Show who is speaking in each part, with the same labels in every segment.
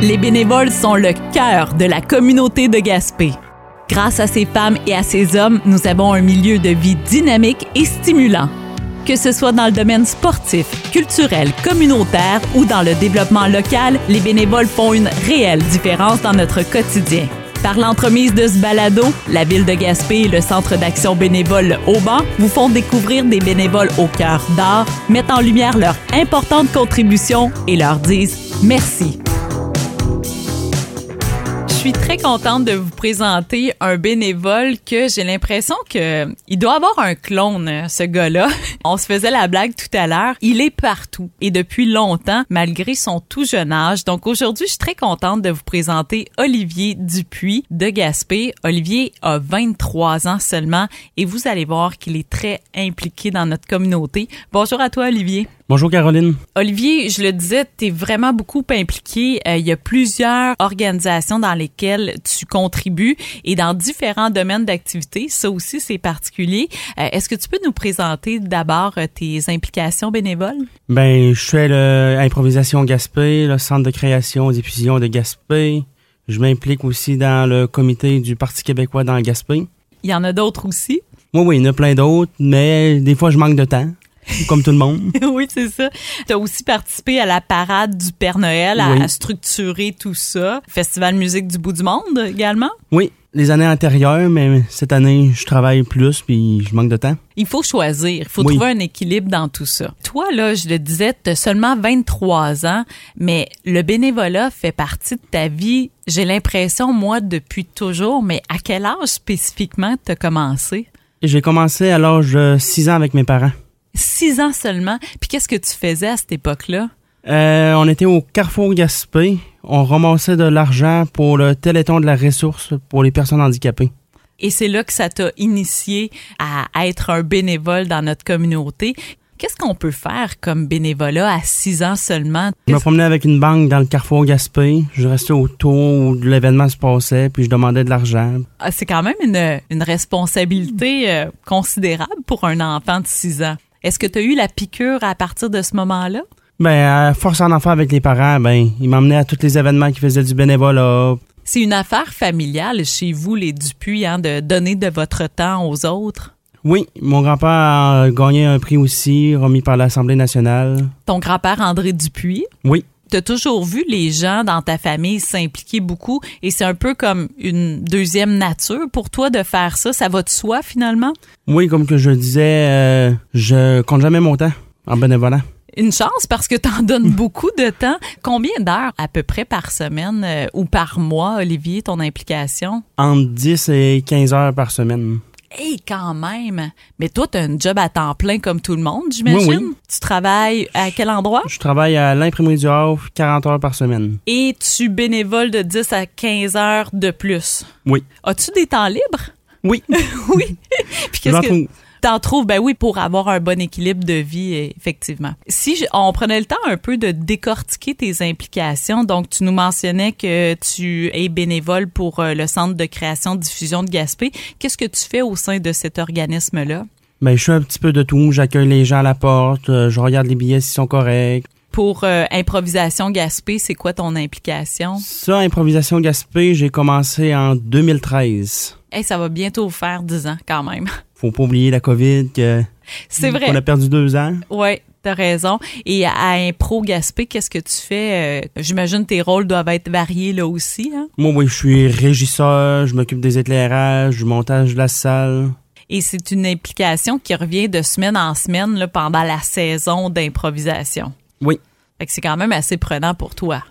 Speaker 1: Les bénévoles sont le cœur de la communauté de Gaspé. Grâce à ces femmes et à ces hommes, nous avons un milieu de vie dynamique et stimulant. Que ce soit dans le domaine sportif, culturel, communautaire ou dans le développement local, les bénévoles font une réelle différence dans notre quotidien. Par l'entremise de ce balado, la Ville de Gaspé et le Centre d'action bénévole Auban vous font découvrir des bénévoles au cœur d'art, mettent en lumière leur importante contribution et leur disent merci. Je suis très contente de vous présenter un bénévole que j'ai l'impression que il doit avoir un clone, ce gars-là. On se faisait la blague tout à l'heure. Il est partout et depuis longtemps, malgré son tout jeune âge. Donc aujourd'hui, je suis très contente de vous présenter Olivier Dupuis de Gaspé. Olivier a 23 ans seulement et vous allez voir qu'il est très impliqué dans notre communauté. Bonjour à toi, Olivier.
Speaker 2: Bonjour Caroline.
Speaker 1: Olivier, je le disais, tu es vraiment beaucoup impliqué. Euh, il y a plusieurs organisations dans lesquelles tu contribues et dans différents domaines d'activité. Ça aussi, c'est particulier. Euh, Est-ce que tu peux nous présenter d'abord euh, tes implications bénévoles?
Speaker 2: Ben, je fais l'improvisation Gaspé, le centre de création et diffusion de Gaspé. Je m'implique aussi dans le comité du Parti québécois dans Gaspé.
Speaker 1: Il y en a d'autres aussi.
Speaker 2: Oui, oui, il y en a plein d'autres, mais des fois je manque de temps, comme tout le monde.
Speaker 1: oui, c'est ça. Tu as aussi participé à la parade du Père Noël, à,
Speaker 2: Oui.
Speaker 1: à structurer tout ça. Festival musique du bout du monde également.
Speaker 2: Oui, les années antérieures, mais cette année je travaille plus puis je manque de temps.
Speaker 1: Il faut choisir, il faut
Speaker 2: Oui.
Speaker 1: trouver un équilibre dans tout ça. Toi, là, je le disais, tu seulement 23 ans, mais le bénévolat fait partie de ta vie, j'ai l'impression, moi, depuis toujours, mais à quel âge spécifiquement tu as commencé?
Speaker 2: J'ai commencé à l'âge de 6 ans avec mes parents.
Speaker 1: Six ans seulement, puis qu'est-ce que tu faisais à cette époque-là?
Speaker 2: Euh, on était au Carrefour Gaspé. On ramassait de l'argent pour le téléthon de la ressource pour les personnes handicapées.
Speaker 1: Et c'est là que ça t'a initié à être un bénévole dans notre communauté. Qu'est-ce qu'on peut faire comme bénévolat à six ans seulement?
Speaker 2: Je me promenais avec une banque dans le carrefour Gaspé. Je restais autour où l'événement se passait, puis je demandais de l'argent.
Speaker 1: Ah, C'est quand même une, une responsabilité euh, considérable pour un enfant de 6 ans. Est-ce que tu as eu la piqûre à partir de ce moment-là?
Speaker 2: Ben, à force en enfant avec les parents, ben, ils m'emmenaient à tous les événements qui faisaient du bénévolat.
Speaker 1: C'est une affaire familiale chez vous, les Dupuis, hein, de donner de votre temps aux autres.
Speaker 2: Oui, mon grand-père a gagné un prix aussi, remis par l'Assemblée nationale.
Speaker 1: Ton grand-père André Dupuis,
Speaker 2: Oui,
Speaker 1: tu as toujours vu les gens dans ta famille s'impliquer beaucoup et c'est un peu comme une deuxième nature pour toi de faire ça. Ça va de soi finalement?
Speaker 2: oui, comme que je disais, euh, je compte jamais mon temps en bénévolat.
Speaker 1: Une chance parce que tu en donnes beaucoup de temps. Combien d'heures à peu près par semaine euh, ou par mois, Olivier, ton implication?
Speaker 2: Entre 10 et 15 heures par semaine.
Speaker 1: Hé, quand même! Mais toi, tu as un job à temps plein comme tout le monde, j'imagine?
Speaker 2: Oui, oui.
Speaker 1: Tu travailles à quel endroit?
Speaker 2: Je travaille à l'imprimerie du Havre 40 heures par semaine.
Speaker 1: Et tu bénévoles de 10 à 15 heures de plus.
Speaker 2: Oui.
Speaker 1: As-tu des temps libres?
Speaker 2: Oui,
Speaker 1: oui. Puis
Speaker 2: je
Speaker 1: qu'est-ce
Speaker 2: m'en
Speaker 1: que...
Speaker 2: trouve.
Speaker 1: T'en trouves, ben oui, pour avoir un bon équilibre de vie, eh, effectivement. Si je- on prenait le temps un peu de décortiquer tes implications, donc tu nous mentionnais que tu es bénévole pour euh, le Centre de création diffusion de Gaspé. Qu'est-ce que tu fais au sein de cet organisme-là
Speaker 2: Ben, je fais un petit peu de tout. J'accueille les gens à la porte. euh, Je regarde les billets s'ils sont corrects.
Speaker 1: pour euh, improvisation Gaspé C'est quoi ton implication
Speaker 2: Ça, Improvisation Gaspé, j'ai commencé en 2013.
Speaker 1: Eh, ça va bientôt faire 10 ans quand même.
Speaker 2: Faut pas oublier la COVID, que
Speaker 1: C'est vrai.
Speaker 2: Hmm, on a perdu deux ans.
Speaker 1: Ouais. T'as raison. Et à Impro Gaspé, qu'est-ce que tu fais? Euh, J'imagine tes rôles doivent être variés là aussi. Hein?
Speaker 2: Moi, oui, je suis régisseur, je m'occupe des éclairages, du montage de la salle.
Speaker 1: Et c'est une implication qui revient de semaine en semaine là, pendant la saison d'improvisation.
Speaker 2: Oui,
Speaker 1: Fait que c'est quand même assez prenant pour toi.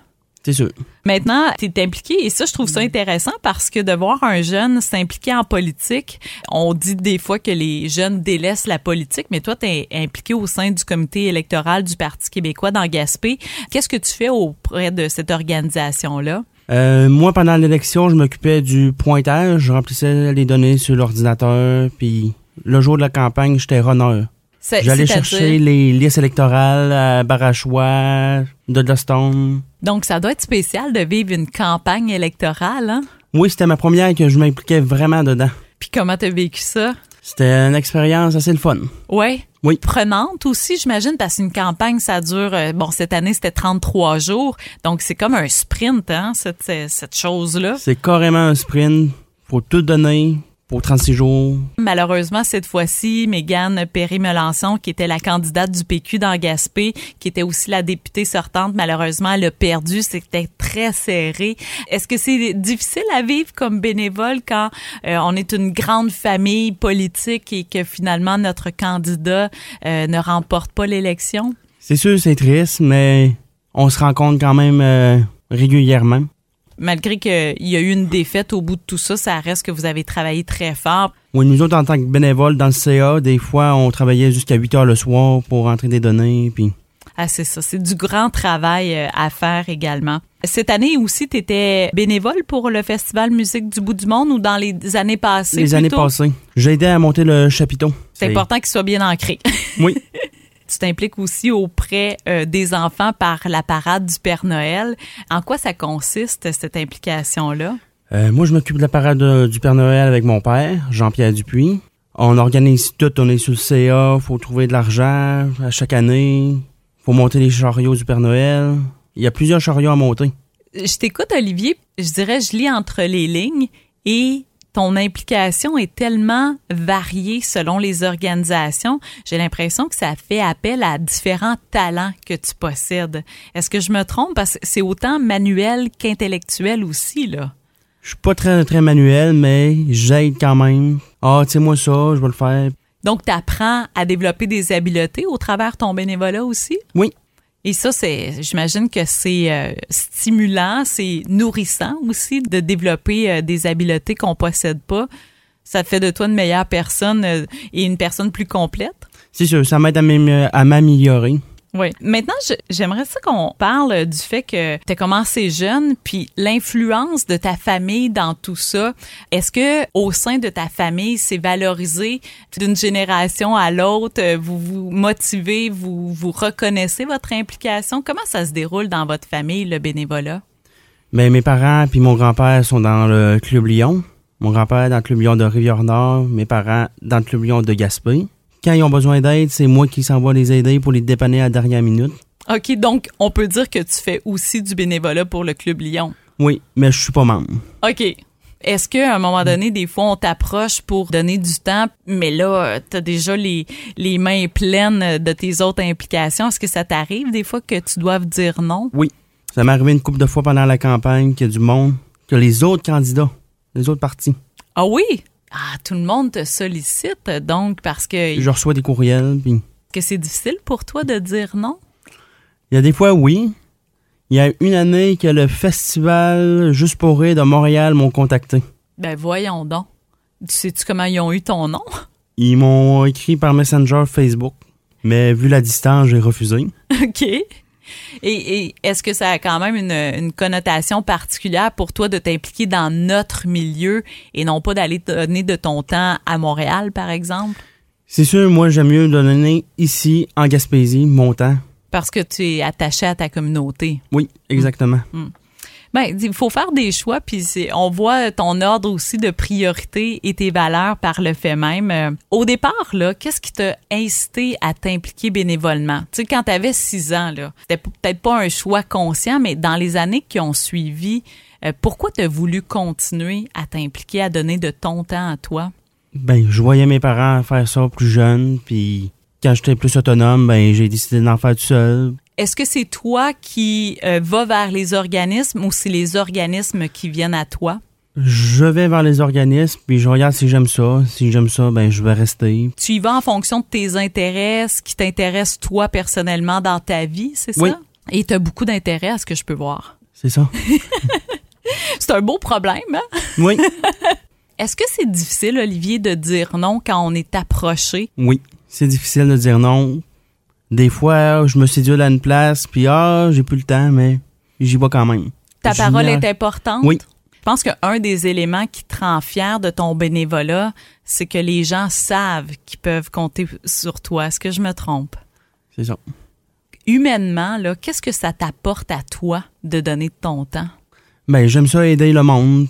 Speaker 2: c'est sûr.
Speaker 1: Maintenant, tu es impliqué et ça, je trouve ça intéressant parce que de voir un jeune s'impliquer en politique, on dit des fois que les jeunes délaissent la politique, mais toi, tu es impliqué au sein du comité électoral du Parti québécois dans Gaspé. Qu'est-ce que tu fais auprès de cette organisation-là?
Speaker 2: Euh, moi, pendant l'élection, je m'occupais du pointage, je remplissais les données sur l'ordinateur, puis le jour de la campagne, j'étais runner.
Speaker 1: C'est-
Speaker 2: J'allais
Speaker 1: c'est-à-dire-
Speaker 2: chercher les listes électorales à Barachois, Dodlestone.
Speaker 1: Donc, ça doit être spécial de vivre une campagne électorale, hein?
Speaker 2: Oui, c'était ma première que je m'impliquais vraiment dedans.
Speaker 1: Puis comment t'as vécu ça?
Speaker 2: C'était une expérience assez le fun.
Speaker 1: Ouais.
Speaker 2: Oui.
Speaker 1: prenante aussi, j'imagine, parce qu'une campagne, ça dure, euh, bon, cette année, c'était 33 jours. Donc, c'est comme un sprint, hein, cette, cette- cette chose-là.
Speaker 2: C'est carrément un sprint. Faut tout donner pour 36 jours.
Speaker 1: Malheureusement, cette fois-ci, Mégane Perry-Melançon, qui était la candidate du PQ dans Gaspé, qui était aussi la députée sortante, malheureusement, elle a perdu. C'était très serré. Est-ce que c'est difficile à vivre comme bénévole quand euh, on est une grande famille politique et que finalement notre candidat euh, ne remporte pas l'élection?
Speaker 2: C'est sûr, c'est triste, mais on se rencontre quand même euh, régulièrement.
Speaker 1: Malgré qu'il y a eu une défaite au bout de tout ça, ça reste que vous avez travaillé très fort.
Speaker 2: Oui, nous autres, en tant que bénévoles dans le CA, des fois, on travaillait jusqu'à 8 heures le soir pour rentrer des données. Puis
Speaker 1: Ah, c'est ça. C'est du grand travail euh, à faire également. Cette année aussi, tu étais bénévole pour le Festival Musique du Bout du Monde ou dans les années passées?
Speaker 2: les années
Speaker 1: plutôt?
Speaker 2: passées, j'ai aidé à monter le chapiteau.
Speaker 1: C'est important qu'il soit bien ancré.
Speaker 2: Oui.
Speaker 1: tu t'impliques aussi auprès euh, des enfants par la parade du Père Noël. En quoi ça consiste, cette implication-là?
Speaker 2: Euh, moi, je m'occupe de la parade euh, du Père Noël avec mon père, Jean-Pierre Dupuis. On organise tout, on est sur le CA, faut trouver de l'argent à chaque année, faut monter les chariots du Père Noël. Il y a plusieurs chariots à monter.
Speaker 1: Je t'écoute, Olivier. Je dirais, je lis entre les lignes et ton implication est tellement variée selon les organisations. J'ai l'impression que ça fait appel à différents talents que tu possèdes. Est-ce que je me trompe? Parce que c'est autant manuel qu'intellectuel aussi, là.
Speaker 2: Je suis pas très, très manuel, mais j'aide quand même. Ah, tu sais, moi ça, je vais le faire.
Speaker 1: Donc, tu apprends à développer des habiletés au travers de ton bénévolat aussi?
Speaker 2: Oui.
Speaker 1: Et ça, c'est, j'imagine que c'est euh, stimulant, c'est nourrissant aussi de développer euh, des habiletés qu'on possède pas. Ça te fait de toi une meilleure personne euh, et une personne plus complète.
Speaker 2: C'est sûr, ça m'aide à m'am- à m'améliorer.
Speaker 1: Oui. Maintenant, je- j'aimerais ça qu'on parle euh, du fait que tu as commencé jeune, puis l'influence de ta famille dans tout ça. Est-ce que au sein de ta famille, c'est valorisé d'une génération à l'autre? euh, Vous vous motivez, vous, vous reconnaissez votre implication? Comment ça se déroule dans votre famille, le bénévolat?
Speaker 2: Ben, mes parents puis mon grand-père sont dans le Club Lyon. Mon grand-père dans le Club Lyon de Rivière-Nord, mes parents dans le Club Lyon de Gaspé. Quand ils ont besoin d'aide, c'est moi qui s'en va les aider pour les dépanner à la dernière minute.
Speaker 1: OK, donc on peut dire que tu fais aussi du bénévolat pour le Club Lyon.
Speaker 2: Oui, mais je suis pas membre.
Speaker 1: OK. Est-ce qu'à un moment donné, des fois, on t'approche pour donner du temps, mais là, euh, t'as déjà les, les mains pleines euh, de tes autres implications. Est-ce que ça t'arrive des fois que tu doives dire non?
Speaker 2: Ça m'est arrivé une couple de fois pendant la campagne qu'il y a du monde, que les autres candidats, les autres partis.
Speaker 1: Ah oui? Ah, tout le monde te sollicite, donc, parce que,
Speaker 2: Je reçois des courriels, puis
Speaker 1: que c'est difficile pour toi de dire non?
Speaker 2: il y a des fois, oui. Il y a une année que le festival Juste pour rire de Montréal m'ont contacté.
Speaker 1: Ben, voyons donc. Tu sais-tu comment ils ont eu ton nom?
Speaker 2: Ils m'ont écrit par Messenger Facebook, mais vu la distance, j'ai refusé.
Speaker 1: OK. Et, et est-ce que ça a quand même une, une connotation particulière pour toi de t'impliquer dans notre milieu et non pas d'aller donner de ton temps à Montréal, par exemple?
Speaker 2: C'est sûr, moi, j'aime mieux donner ici, en Gaspésie, mon temps.
Speaker 1: Parce que tu es attaché à ta communauté.
Speaker 2: Oui, exactement.
Speaker 1: Ben, il faut faire des choix, puis c'est- on voit ton ordre aussi de priorité et tes valeurs par le fait même. Euh, Au départ, là, qu'est-ce qui t'a incité à t'impliquer bénévolement? Tu sais, quand t'avais six ans, là, c'était p- peut-être pas un choix conscient, mais dans les années qui ont suivi, euh, pourquoi t'as voulu continuer à t'impliquer, à donner de ton temps à toi?
Speaker 2: Ben, je voyais mes parents faire ça plus jeune, puis quand j'étais plus autonome, ben, j'ai décidé d'en faire tout seul.
Speaker 1: Est-ce que c'est toi qui euh, vas vers les organismes ou c'est les organismes qui viennent à toi?
Speaker 2: Je vais vers les organismes, puis je regarde si j'aime ça. Si j'aime ça, ben, je vais rester.
Speaker 1: tu y vas en fonction de tes intérêts, ce qui t'intéresse toi personnellement dans ta vie, c'est ça?
Speaker 2: Oui.
Speaker 1: Et tu as beaucoup d'intérêt à ce que je peux voir.
Speaker 2: C'est ça.
Speaker 1: C'est un beau problème. Hein?
Speaker 2: oui.
Speaker 1: Est-ce que c'est difficile, Olivier, de dire non quand on est approché?
Speaker 2: Oui. C'est difficile de dire non. Des fois, je me séduis à une place, puis ah, j'ai plus le temps, mais j'y vais quand même.
Speaker 1: Ta
Speaker 2: Je
Speaker 1: parole
Speaker 2: nage.
Speaker 1: est importante.
Speaker 2: Oui.
Speaker 1: Je pense qu'un des éléments qui te rend fier de ton bénévolat, c'est que les gens savent qu'ils peuvent compter sur toi. Est-ce que je me trompe?
Speaker 2: C'est ça.
Speaker 1: Humainement, là, qu'est-ce que ça t'apporte à toi de donner de ton temps?
Speaker 2: Ben, j'aime ça aider le monde.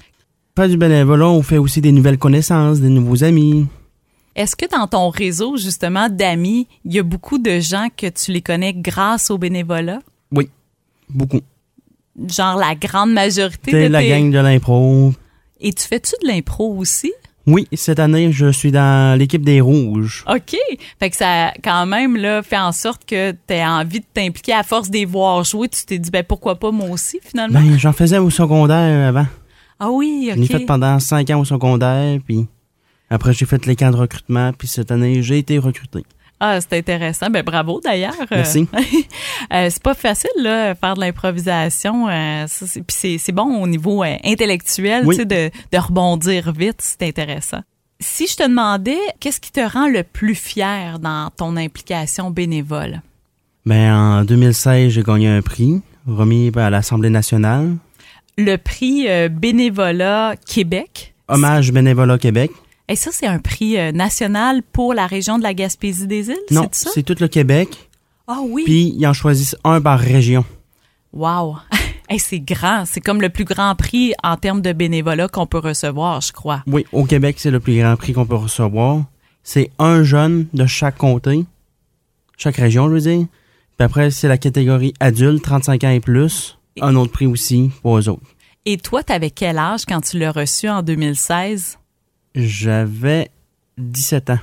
Speaker 2: Pas du bénévolat, on fait aussi des nouvelles connaissances, des nouveaux amis.
Speaker 1: Est-ce que dans ton réseau, justement, d'amis, il y a beaucoup de gens que tu les connais grâce au bénévolat?
Speaker 2: Oui, beaucoup.
Speaker 1: Genre la grande majorité
Speaker 2: T'es
Speaker 1: de
Speaker 2: la
Speaker 1: tes-
Speaker 2: gang de l'impro.
Speaker 1: Et tu fais-tu de l'impro aussi?
Speaker 2: Oui, cette année, je suis dans l'équipe des Rouges.
Speaker 1: OK. Fait que ça, quand même, là, fait en sorte que tu as envie de t'impliquer à force des voir jouer. Tu t'es dit, ben pourquoi pas moi aussi, finalement?
Speaker 2: Ben, j'en faisais au secondaire avant.
Speaker 1: ah oui,
Speaker 2: J'en ai fait
Speaker 1: OK.
Speaker 2: pendant cinq ans au secondaire, puis après, j'ai fait les camps de recrutement, puis cette année, j'ai été recruté.
Speaker 1: Ah, c'est intéressant. Ben bravo, d'ailleurs. Euh,
Speaker 2: Merci.
Speaker 1: euh, c'est pas facile, là, faire de l'improvisation. euh, ça, c'est- Puis c'est- c'est bon au niveau euh, intellectuel,
Speaker 2: Oui.
Speaker 1: tu sais, de, de rebondir vite. C'est intéressant. Si je te demandais, qu'est-ce qui te rend le plus fier dans ton implication bénévole?
Speaker 2: Ben, en 2016, j'ai gagné un prix, remis à l'Assemblée nationale.
Speaker 1: Le prix euh, Bénévolat Québec.
Speaker 2: Hommage bénévolat Québec.
Speaker 1: Et ça, c'est un prix euh, national pour la région de la Gaspésie des Îles,
Speaker 2: Non,
Speaker 1: c'est ça?
Speaker 2: c'est tout le Québec.
Speaker 1: Ah oui.
Speaker 2: Puis, ils en choisissent un par région.
Speaker 1: Wow. Hey, c'est grand. C'est comme le plus grand prix en termes de bénévolat qu'on peut recevoir, je crois.
Speaker 2: Oui, au Québec, c'est le plus grand prix qu'on peut recevoir. C'est un jeune de chaque comté, chaque région, je veux dire. Puis après, c'est la catégorie adulte, 35 ans et plus. Un autre prix aussi pour eux autres.
Speaker 1: Et toi, t'avais quel âge quand tu l'as reçu en 2016?
Speaker 2: J'avais 17 ans.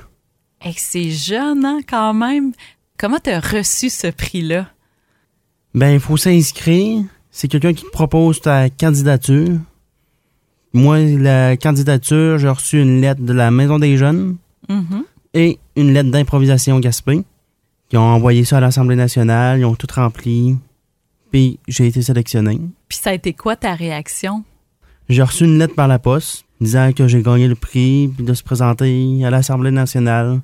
Speaker 1: Hey, Eh, c'est jeune, hein, quand même. Comment t'as reçu ce prix-là?
Speaker 2: Ben, il faut s'inscrire. C'est quelqu'un qui te propose ta candidature. Moi, la candidature, j'ai reçu une lettre de la Maison des Jeunes Mm-hmm.
Speaker 1: Mhm.
Speaker 2: et une lettre d'improvisation Gaspé. Ils ont envoyé ça à l'Assemblée nationale, ils ont tout rempli. Puis j'ai été sélectionné.
Speaker 1: Puis ça a été quoi ta réaction?
Speaker 2: J'ai reçu une lettre par la poste disant que j'ai gagné le prix, puis de se présenter à l'Assemblée nationale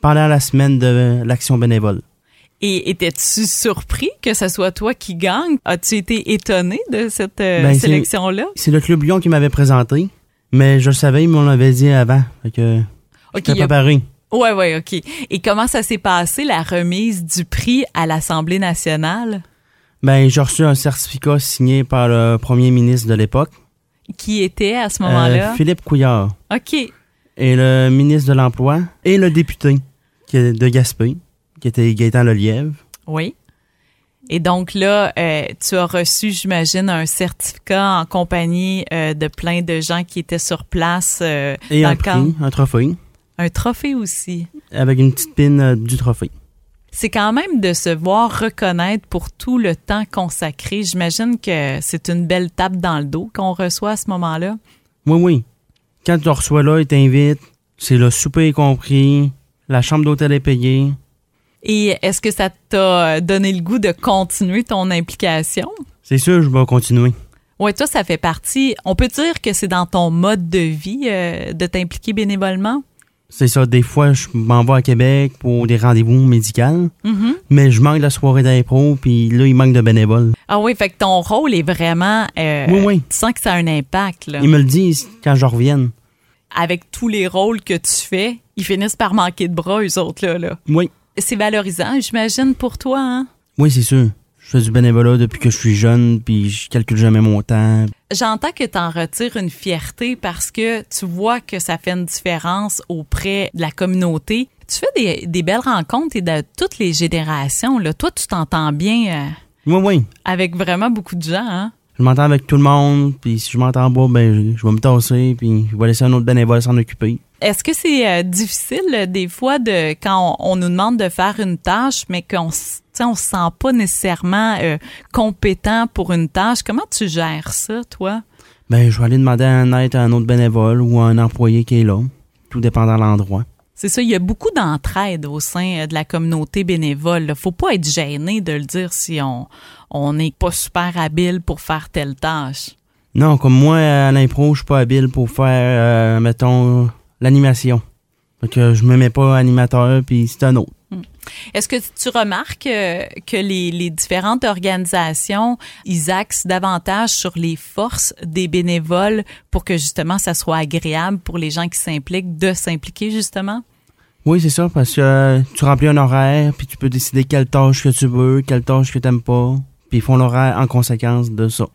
Speaker 2: pendant la semaine de l'action bénévole.
Speaker 1: Et étais-tu surpris que ce soit toi qui gagne? As-tu été étonné de cette euh,
Speaker 2: Ben, c'est-
Speaker 1: sélection-là?
Speaker 2: C'est le Club Lyon qui m'avait présenté, mais je le savais, ils m'en avaient dit avant. Fait que
Speaker 1: Ok,
Speaker 2: j'étais
Speaker 1: il y a-
Speaker 2: préparé.
Speaker 1: Ouais, ouais, OK. Et comment ça s'est passé, la remise du prix à l'Assemblée nationale?
Speaker 2: Ben, j'ai reçu un certificat signé par le premier ministre de l'époque,
Speaker 1: Qui était à ce
Speaker 2: euh,
Speaker 1: moment-là?
Speaker 2: Philippe Couillard,
Speaker 1: OK.
Speaker 2: et le ministre de l'Emploi, et le député qui est de Gaspé, qui était Gaétan Lelièvre.
Speaker 1: Oui. Et donc là, euh, tu as reçu, j'imagine, un certificat en compagnie euh, de plein de gens qui étaient sur place. euh,
Speaker 2: Et un
Speaker 1: D'accord.
Speaker 2: prix, un trophée,
Speaker 1: un trophée aussi.
Speaker 2: avec une petite pin euh, du trophée.
Speaker 1: C'est quand même de se voir reconnaître pour tout le temps consacré. J'imagine que c'est une belle tape dans le dos qu'on reçoit à ce moment-là.
Speaker 2: Oui, oui. Quand tu le reçois là, ils t'invitent. C'est le souper est compris. La chambre d'hôtel est payée.
Speaker 1: Et est-ce que ça t'a donné le goût de continuer ton implication?
Speaker 2: C'est sûr, je vais continuer.
Speaker 1: Ouais, toi, ça fait partie. On peut dire que c'est dans ton mode de vie euh, de t'impliquer bénévolement?
Speaker 2: C'est ça, des fois, je m'en vais à Québec pour des rendez-vous médicaux,
Speaker 1: Mhm.
Speaker 2: mais je manque la soirée d'impro, puis là, il manque de bénévoles.
Speaker 1: Ah oui, fait que ton rôle est vraiment. euh,
Speaker 2: Oui, oui.
Speaker 1: Tu sens que ça a un impact, là.
Speaker 2: Ils me le disent quand je revienne.
Speaker 1: Avec tous les rôles que tu fais, ils finissent par manquer de bras, eux autres, là. là.
Speaker 2: Oui,
Speaker 1: C'est valorisant, j'imagine, pour toi, hein?
Speaker 2: oui, c'est sûr. Je fais du bénévolat depuis que je suis jeune, puis je calcule jamais mon temps.
Speaker 1: J'entends que t'en retires une fierté parce que tu vois que ça fait une différence auprès de la communauté. Tu fais des, des belles rencontres et de toutes les générations. Là. Toi, tu t'entends bien euh,
Speaker 2: Oui, oui.
Speaker 1: avec vraiment beaucoup de gens. Hein?
Speaker 2: Je m'entends avec tout le monde, puis si je m'entends pas, ben, je- je vais me tasser, puis je vais laisser un autre bénévole s'en occuper.
Speaker 1: Est-ce que c'est euh, difficile euh, des fois de quand on, on nous demande de faire une tâche, mais qu'on s- tu sais, on se sent pas nécessairement euh, compétent pour une tâche? Comment tu gères ça, toi?
Speaker 2: Ben, je vais aller demander un aide à un autre bénévole ou à un employé qui est là, tout dépendant de l'endroit.
Speaker 1: C'est ça, il y a beaucoup d'entraide au sein euh, de la communauté bénévole. là. Faut pas être gêné de le dire si on on n'est pas super habile pour faire telle tâche.
Speaker 2: Non, comme moi, à l'impro, je suis pas habile pour faire, euh, mettons, l'animation. Fait que je me mets pas animateur, puis c'est un autre.
Speaker 1: Est-ce que tu remarques euh, que les, les différentes organisations, ils axent davantage sur les forces des bénévoles pour que justement ça soit agréable pour les gens qui s'impliquent de s'impliquer justement?
Speaker 2: Oui, c'est ça, parce que euh, tu remplis un horaire, puis tu peux décider quelle tâche que tu veux, quelle tâche que t'aimes pas, puis ils font l'horaire en conséquence de ça.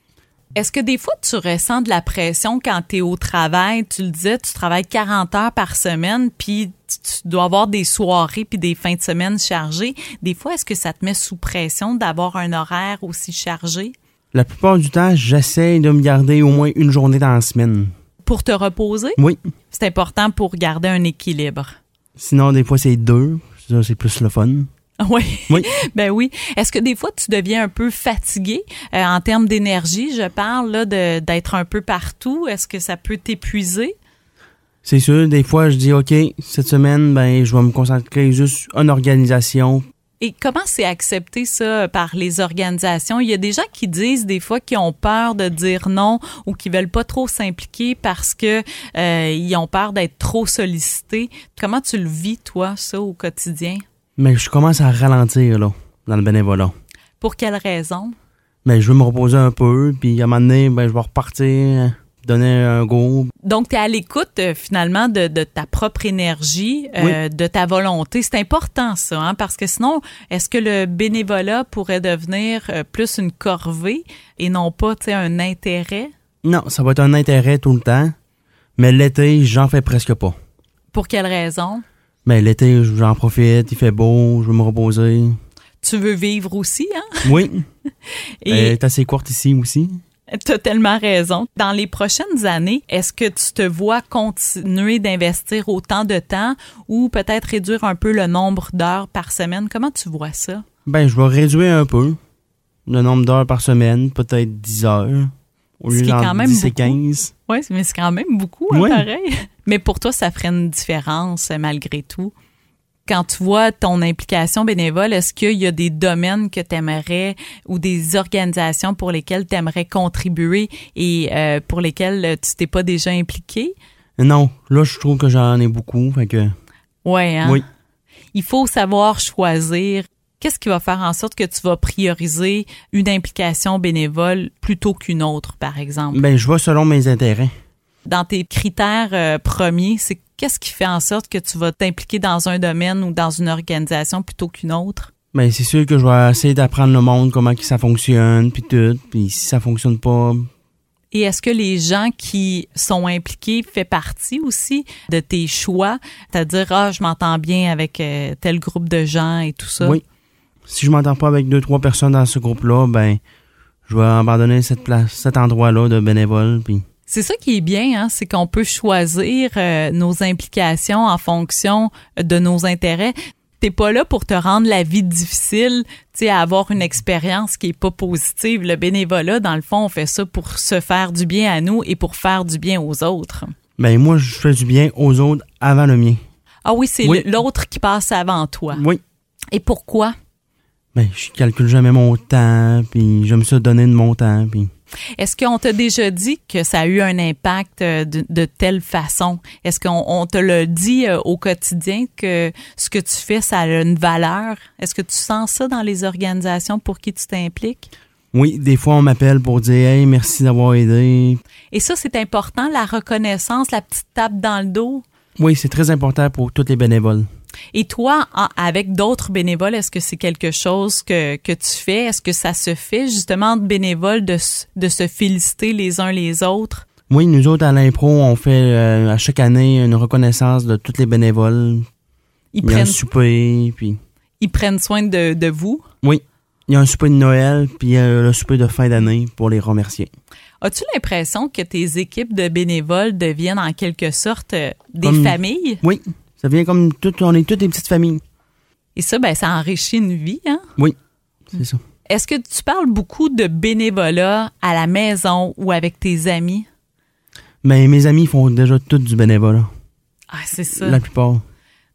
Speaker 1: Est-ce que des fois tu ressens de la pression quand tu es au travail? Tu le disais, tu travailles 40 heures par semaine, puis tu dois avoir des soirées puis des fins de semaine chargées. Des fois, est-ce que ça te met sous pression d'avoir un horaire aussi chargé?
Speaker 2: La plupart du temps, j'essaie de me garder au moins une journée dans la semaine.
Speaker 1: Pour te reposer,
Speaker 2: Oui.
Speaker 1: c'est important pour garder un équilibre.
Speaker 2: Sinon, des fois, c'est deux. Ça, c'est plus le fun.
Speaker 1: Oui.
Speaker 2: Oui.
Speaker 1: Ah ben oui. Est-ce que des fois tu deviens un peu fatigué euh, en termes d'énergie? Je parle là, de- d'être un peu partout. Est-ce que ça peut t'épuiser?
Speaker 2: C'est sûr, des fois, je dis, OK, cette semaine, ben, je vais me concentrer juste en organisation.
Speaker 1: Et comment c'est accepté ça par les organisations? Il y a des gens qui disent des fois qu'ils ont peur de dire non ou qui veulent pas trop s'impliquer parce que euh, ils ont peur d'être trop sollicités. Comment tu le vis toi ça au quotidien?
Speaker 2: Mais je commence à ralentir, là, dans le bénévolat.
Speaker 1: Pour quelles raisons?
Speaker 2: Mais je veux me reposer un peu, puis à un moment donné, ben, je vais repartir, donner un go.
Speaker 1: Donc, tu es à l'écoute euh, finalement de, de ta propre énergie, euh, de ta volonté. C'est important ça, hein, parce que sinon, est-ce que le bénévolat pourrait devenir euh, plus une corvée et non pas tu sais, un intérêt?
Speaker 2: Non, ça va être un intérêt tout le temps. Mais l'été, j'en fais presque pas.
Speaker 1: Pour quelle raison?
Speaker 2: Mais l'été, j'en profite, il fait beau, je veux me reposer.
Speaker 1: Tu veux vivre aussi, hein?
Speaker 2: Oui, elle
Speaker 1: Et
Speaker 2: est assez courte ici aussi.
Speaker 1: tu as tellement raison. Dans les prochaines années, est-ce que tu te vois continuer d'investir autant de temps ou peut-être réduire un peu le nombre d'heures par semaine? Comment tu vois ça?
Speaker 2: Ben, je vais réduire un peu le nombre d'heures par semaine, peut-être 10 heures. Au
Speaker 1: Ce
Speaker 2: lieu
Speaker 1: qui est
Speaker 2: d'en
Speaker 1: quand même
Speaker 2: 10 et
Speaker 1: beaucoup.
Speaker 2: 15.
Speaker 1: Oui, mais c'est quand même beaucoup, hein,
Speaker 2: Oui.
Speaker 1: pareil. Mais pour toi, ça ferait une différence euh, malgré tout. Quand tu vois ton implication bénévole, est-ce qu'il y a des domaines que tu aimerais ou des organisations pour lesquelles tu aimerais contribuer et euh, pour lesquelles euh, tu t'es pas déjà impliqué?
Speaker 2: Non, là, je trouve que j'en ai beaucoup. Fait que,
Speaker 1: Ouais, hein?
Speaker 2: Oui.
Speaker 1: Il faut savoir choisir. Qu'est-ce qui va faire en sorte que tu vas prioriser une implication bénévole plutôt qu'une autre, par exemple?
Speaker 2: ben, je vais selon mes intérêts.
Speaker 1: dans tes critères euh, premiers, c'est qu'est-ce qui fait en sorte que tu vas t'impliquer dans un domaine ou dans une organisation plutôt qu'une autre?
Speaker 2: Ben, c'est sûr que je vais essayer d'apprendre le monde, comment que ça fonctionne, puis tout. Puis si ça fonctionne pas,
Speaker 1: Et est-ce que les gens qui sont impliqués fait partie aussi de tes choix? C'est-à-dire, ah, je m'entends bien avec euh, tel groupe de gens et tout ça.
Speaker 2: Oui. si je m'entends pas avec deux, trois personnes dans ce groupe-là, ben, je vais abandonner cette place, cet endroit-là de bénévole, puis
Speaker 1: C'est ça qui est bien, hein, c'est qu'on peut choisir euh, nos implications en fonction de nos intérêts. T'es pas là pour te rendre la vie difficile, tu sais, à avoir une expérience qui est pas positive. Le bénévolat, dans le fond, on fait ça pour se faire du bien à nous et pour faire du bien aux autres.
Speaker 2: Ben moi, je fais du bien aux autres avant le mien.
Speaker 1: Ah oui, c'est
Speaker 2: Oui. Mm.
Speaker 1: l'autre qui passe avant toi.
Speaker 2: Oui.
Speaker 1: Et pourquoi?
Speaker 2: Ben, je calcule jamais mon temps, puis j'aime ça donner de mon temps, puis...
Speaker 1: Est-ce qu'on t'a déjà dit que ça a eu un impact euh, de, de telle façon? Est-ce qu'on on te le dit euh, au quotidien que ce que tu fais, ça a une valeur? Est-ce que tu sens ça dans les organisations pour qui tu t'impliques?
Speaker 2: Oui, des fois, on m'appelle pour dire « Hey, merci d'avoir aidé
Speaker 1: Et ça, c'est important, la reconnaissance, la petite tape dans le dos. ».
Speaker 2: Oui, c'est très important pour tous les bénévoles.
Speaker 1: Et toi, en- avec d'autres bénévoles, est-ce que c'est quelque chose que, que tu fais? Est-ce que ça se fait justement de bénévoles de, s- de se féliciter les uns les autres?
Speaker 2: Oui, nous autres, à l'impro, on fait euh, à chaque année une reconnaissance de tous les bénévoles.
Speaker 1: Ils,
Speaker 2: Il y a un
Speaker 1: prennent,
Speaker 2: souper, puis...
Speaker 1: ils prennent soin de, de vous?
Speaker 2: Oui, il y a un souper de Noël, puis il y a le souper de fin d'année pour les remercier.
Speaker 1: As-tu l'impression que tes équipes de bénévoles deviennent en quelque sorte euh, des
Speaker 2: Comme-
Speaker 1: familles?
Speaker 2: Oui, ça vient comme... Tout, on est toutes des petites familles.
Speaker 1: Et ça, ben, ça enrichit une vie. Hein?
Speaker 2: C'est ça.
Speaker 1: Est-ce que tu parles beaucoup de bénévolat à la maison ou avec tes amis?
Speaker 2: Mais mes amis font déjà tout du bénévolat,
Speaker 1: Ah, c'est ça.
Speaker 2: la plupart.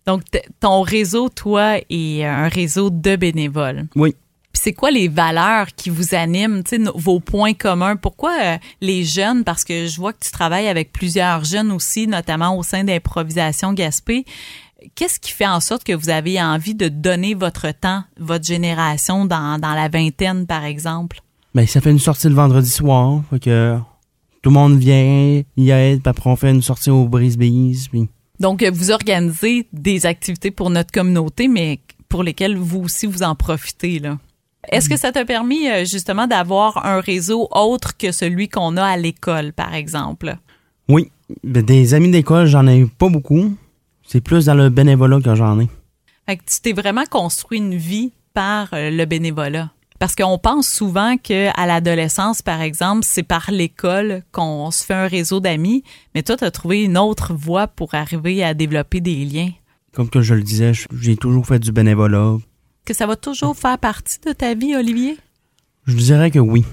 Speaker 1: Donc, t- ton réseau, toi, est un réseau de bénévoles.
Speaker 2: Oui.
Speaker 1: Puis c'est quoi les valeurs qui vous animent, tu sais, nos- vos points communs? Pourquoi euh, les jeunes? Parce que je vois que tu travailles avec plusieurs jeunes aussi, notamment au sein d'Improvisation Gaspé. Qu'est-ce qui fait en sorte que vous avez envie de donner votre temps, votre génération dans, dans la vingtaine, par exemple?
Speaker 2: Ben, ça fait une sortie le vendredi soir. Fait que tout le monde vient, il y aide, puis après on fait une sortie au Brise-Bise. Puis...
Speaker 1: Donc, euh, vous organisez des activités pour notre communauté, mais pour lesquelles vous aussi vous en profitez, là. Est-ce que ça t'a permis euh, justement d'avoir un réseau autre que celui qu'on a à l'école, par exemple?
Speaker 2: Oui, ben, des amis d'école, j'en ai pas beaucoup. C'est plus dans le bénévolat que j'en ai.
Speaker 1: Fait que tu t'es vraiment construit une vie par euh, le bénévolat. Parce qu'on pense souvent que à l'adolescence, par exemple, c'est par l'école qu'on se fait un réseau d'amis, mais toi, tu as trouvé une autre voie pour arriver à développer des liens.
Speaker 2: Comme que je le disais, je- j'ai toujours fait du bénévolat.
Speaker 1: Que ça va toujours faire partie de ta vie, Olivier?
Speaker 2: Je dirais que oui.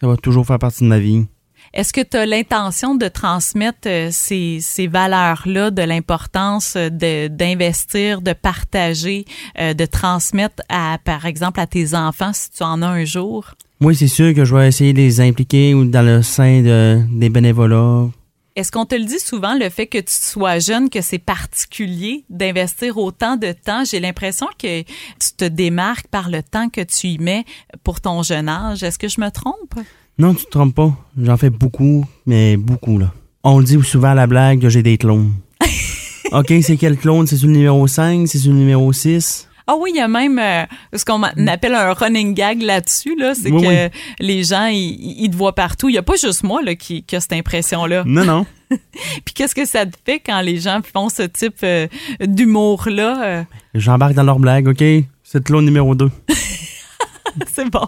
Speaker 2: Ça va toujours faire partie de ma vie.
Speaker 1: Est-ce que tu as l'intention de transmettre euh, ces, ces valeurs-là, de l'importance euh, de- d'investir, de, partager, euh, de transmettre, à, par exemple, à tes enfants si tu en as un jour?
Speaker 2: Moi, c'est sûr que je vais essayer de les impliquer ou dans le sein de, des bénévolats.
Speaker 1: Est-ce qu'on te le dit souvent, le fait que tu sois jeune, que c'est particulier d'investir autant de temps? J'ai l'impression que tu te démarques par le temps que tu y mets pour ton jeune âge. Est-ce que je me trompe?
Speaker 2: Non, tu te trompes pas. J'en fais beaucoup, mais beaucoup, là. On le dit souvent à la blague que j'ai des clones. OK, c'est quel clone? C'est sur le numéro 5? C'est sur le numéro 6?
Speaker 1: Ah oui, il y a même euh, ce qu'on m'a- appelle un running gag là-dessus, là, c'est
Speaker 2: Oui,
Speaker 1: que les gens, ils, ils te voient partout. Il n'y a pas juste moi là, qui, qui a cette impression-là.
Speaker 2: Non, non.
Speaker 1: Puis qu'est-ce que ça te fait quand les gens font ce type euh, d'humour-là? euh?
Speaker 2: J'embarque dans leur blague, OK? C'est le clone numéro 2.
Speaker 1: C'est bon.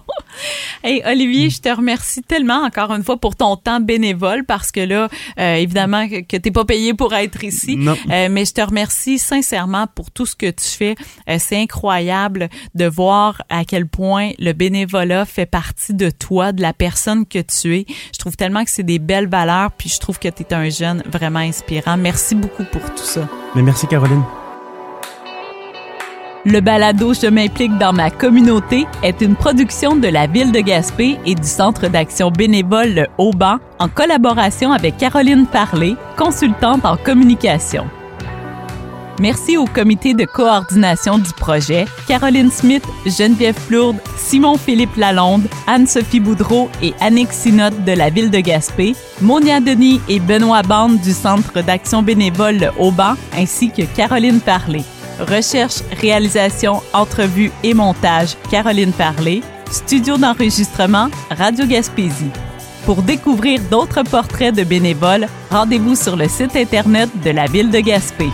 Speaker 1: Hey, Olivier, je te remercie tellement encore une fois pour ton temps bénévole parce que là, euh, évidemment que, tu t'es pas payé pour être ici.
Speaker 2: Non.
Speaker 1: Euh, mais je te remercie sincèrement pour tout ce que tu fais. Euh, c'est incroyable de voir à quel point le bénévolat fait partie de toi, de la personne que tu es. Je trouve tellement que c'est des belles valeurs, puis je trouve que tu es un jeune vraiment inspirant. Merci beaucoup pour tout ça.
Speaker 2: Mais merci, Caroline.
Speaker 1: Le balado Je m'implique dans ma communauté est une production de la ville de Gaspé et du Centre d'action bénévole Le Auban en collaboration avec Caroline Parlé, consultante en communication. Merci au comité de coordination du projet, Caroline Smith, Geneviève Flourde, Simon-Philippe Lalonde, Anne-Sophie Boudreau et Annick Sinotte de la Ville de Gaspé, Monia Denis et Benoît Bande du Centre d'action bénévole Le Auban, ainsi que Caroline Parlé. Recherche, réalisation, entrevue et montage, Caroline Parlé. Studio d'enregistrement, Radio Gaspésie. Pour découvrir d'autres portraits de bénévoles, rendez-vous sur le site Internet de la Ville de Gaspé.